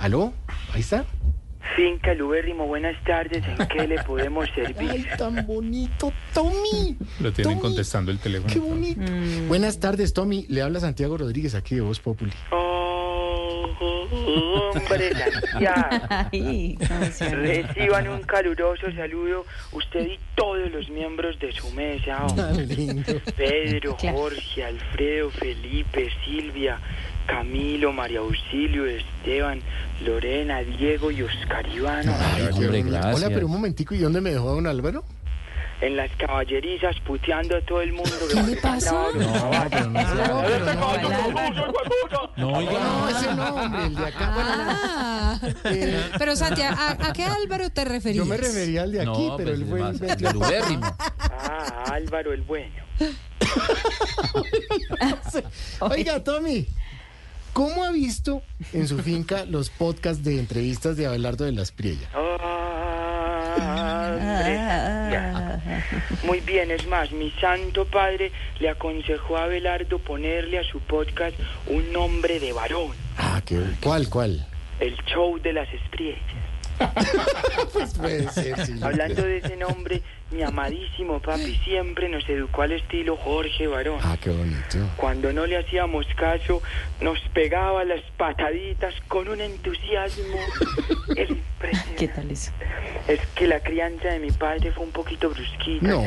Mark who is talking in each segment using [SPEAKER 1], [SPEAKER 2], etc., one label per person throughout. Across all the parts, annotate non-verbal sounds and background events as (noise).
[SPEAKER 1] ¿Aló? ¿Ahí está?
[SPEAKER 2] Finca Lubérrimo, buenas tardes. ¿En qué le
[SPEAKER 3] (laughs)
[SPEAKER 2] podemos servir?
[SPEAKER 1] tan bonito, Tommy.
[SPEAKER 4] Lo tienen
[SPEAKER 1] Tommy,
[SPEAKER 4] contestando el teléfono.
[SPEAKER 1] Qué bonito. Buenas tardes, Tommy. Le habla Santiago Rodríguez aquí de Voz Populi.
[SPEAKER 2] Oh, hombre, Santiago.
[SPEAKER 5] Ay,
[SPEAKER 2] Reciban un caluroso saludo usted y todos los miembros de su mesa. hombre.
[SPEAKER 1] Tan (laughs) lindo.
[SPEAKER 2] Pedro,
[SPEAKER 5] Claro.
[SPEAKER 2] Jorge, Alfredo, Felipe, Silvia, Camilo, María Auxilio, Esteban, Lorena, Diego y Oscar Iván. oh,
[SPEAKER 1] Ay, qué
[SPEAKER 6] hombre,
[SPEAKER 1] bonito.
[SPEAKER 6] gracias.
[SPEAKER 1] Hola, pero un momentico, ¿y dónde me dejó don Álvaro?
[SPEAKER 2] En las caballerizas puteando a todo el mundo. que
[SPEAKER 3] le pasó?
[SPEAKER 1] No, pero no. (laughs) No, pero no.
[SPEAKER 4] No, oiga.
[SPEAKER 1] No, ese no, hombre, el de acá. Bueno, no.
[SPEAKER 7] Ah,
[SPEAKER 1] Eh,
[SPEAKER 7] pero Santiago, ¿a, a qué Álvaro te referías?
[SPEAKER 1] yo me refería al de aquí,
[SPEAKER 6] No,
[SPEAKER 1] pero
[SPEAKER 6] pues,
[SPEAKER 1] él fue
[SPEAKER 6] además,
[SPEAKER 1] el
[SPEAKER 6] de Lubérrimo.
[SPEAKER 2] Ah, Álvaro el bueno.
[SPEAKER 1] Oiga, Tommy, ¿cómo ha visto en su finca los podcasts de entrevistas de Abelardo de las Priella?
[SPEAKER 5] Ah,
[SPEAKER 2] Hombre, Santiago. Muy bien, es más, mi santo padre le aconsejó a Abelardo ponerle a su podcast un nombre de varón,
[SPEAKER 1] Ah, qué ¿Cuál, cuál?
[SPEAKER 2] el show de las
[SPEAKER 5] (laughs)
[SPEAKER 2] estrellas.
[SPEAKER 1] Pues puede ser, sí.
[SPEAKER 2] Hablando de ese nombre, mi amadísimo papi siempre nos educó al estilo Jorge Barón.
[SPEAKER 1] Ah, qué bonito.
[SPEAKER 2] Cuando no le hacíamos caso, nos pegaba las pataditas con
[SPEAKER 5] (laughs)
[SPEAKER 2] un entusiasmo
[SPEAKER 5] ¿Qué
[SPEAKER 2] impresionante.
[SPEAKER 5] tal eso?
[SPEAKER 2] Es que la crianza de mi padre fue un poquito brusquita.
[SPEAKER 1] No,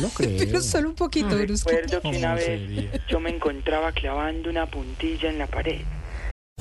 [SPEAKER 1] no creo.
[SPEAKER 7] Pero (laughs) solo un poquito
[SPEAKER 1] Pues,
[SPEAKER 7] brusco.
[SPEAKER 2] Recuerdo que una vez
[SPEAKER 4] sería?
[SPEAKER 2] yo me encontraba clavando una puntilla en la pared.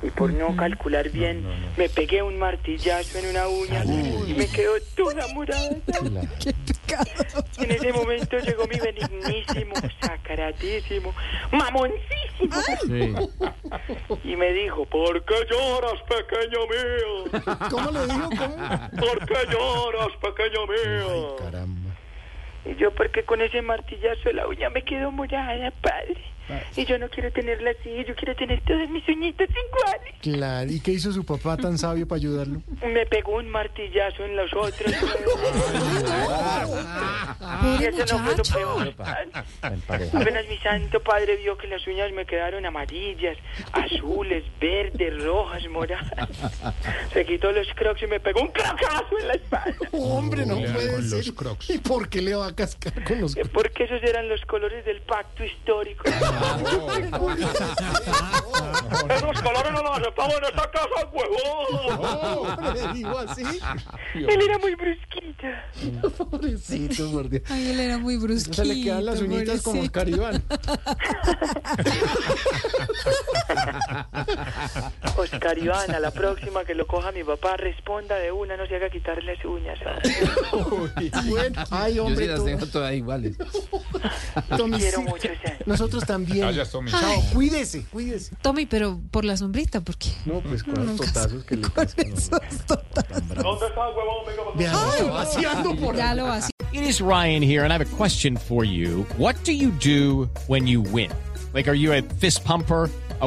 [SPEAKER 2] Y por no calcular bien, me pegué un martillazo en una uña y me quedó toda morada. En ese momento llegó mi benignísimo, sacratísimo, mamoncísimo. Y me dijo, ¿por qué lloras, pequeño mío?
[SPEAKER 1] ¿Cómo le digo? ¿Cómo?
[SPEAKER 2] ¿Por qué lloras, pequeño mío?
[SPEAKER 1] Caramba.
[SPEAKER 2] Y yo, porque con ese martillazo la uña me quedó morada, padre. Y yo no quiero tenerla así, yo quiero tener todas mis uñitas iguales.
[SPEAKER 1] Claro, ¿y qué hizo su papá tan sabio para ayudarlo?
[SPEAKER 2] Me pegó un martillazo en los otros.
[SPEAKER 1] pues,
[SPEAKER 2] y eso no fue lo peor. Apenas mi santo padre vio que las uñas me quedaron amarillas, azules, verdes, rojas, moradas. Se quitó los crocs y me pegó un crocazo en la espalda.
[SPEAKER 1] Hombre, no
[SPEAKER 4] Con
[SPEAKER 1] puede
[SPEAKER 4] los
[SPEAKER 1] ser.
[SPEAKER 4] crocs.
[SPEAKER 1] ¿Y por qué le va a cascar con los
[SPEAKER 2] Eh, Porque esos eran los colores del pacto histórico. esos colores no los aceptamos en esta casa, huevón.
[SPEAKER 1] Hombre, le digo así.
[SPEAKER 2] Él era muy brusquita.
[SPEAKER 1] Pobrecito, por Dios.
[SPEAKER 7] Ay, él era muy brusquito.
[SPEAKER 1] Se le quedan las uñitas como
[SPEAKER 7] pobrecito.
[SPEAKER 1] Oscar Iván. (laughs)
[SPEAKER 2] Oscar Iván, a la próxima que lo coja mi papá, responda de una, no se haga quitar las uñas.
[SPEAKER 1] Bueno, ay,
[SPEAKER 6] Yo sí
[SPEAKER 1] hombre,
[SPEAKER 6] las
[SPEAKER 1] Tom-
[SPEAKER 6] tengo todas iguales.
[SPEAKER 1] Tommy,
[SPEAKER 2] Quiero
[SPEAKER 1] sí.
[SPEAKER 2] mucho, Santi.
[SPEAKER 1] Nosotros también.
[SPEAKER 4] Gracias, Tommy.
[SPEAKER 1] Chao, cuídese, cuídese.
[SPEAKER 7] Tommy, pero por la sombrita, ¿por qué?
[SPEAKER 1] No, pues con los totazos que le cascan.
[SPEAKER 7] Esos totazos.
[SPEAKER 2] ¿Dónde está, huevón? Venga, papá.
[SPEAKER 1] Vean, está vaciando por
[SPEAKER 7] Ya lo hacía.
[SPEAKER 8] It is Ryan here, and I have a question for you. What do you do when you win? Like, are you a fist pumper? A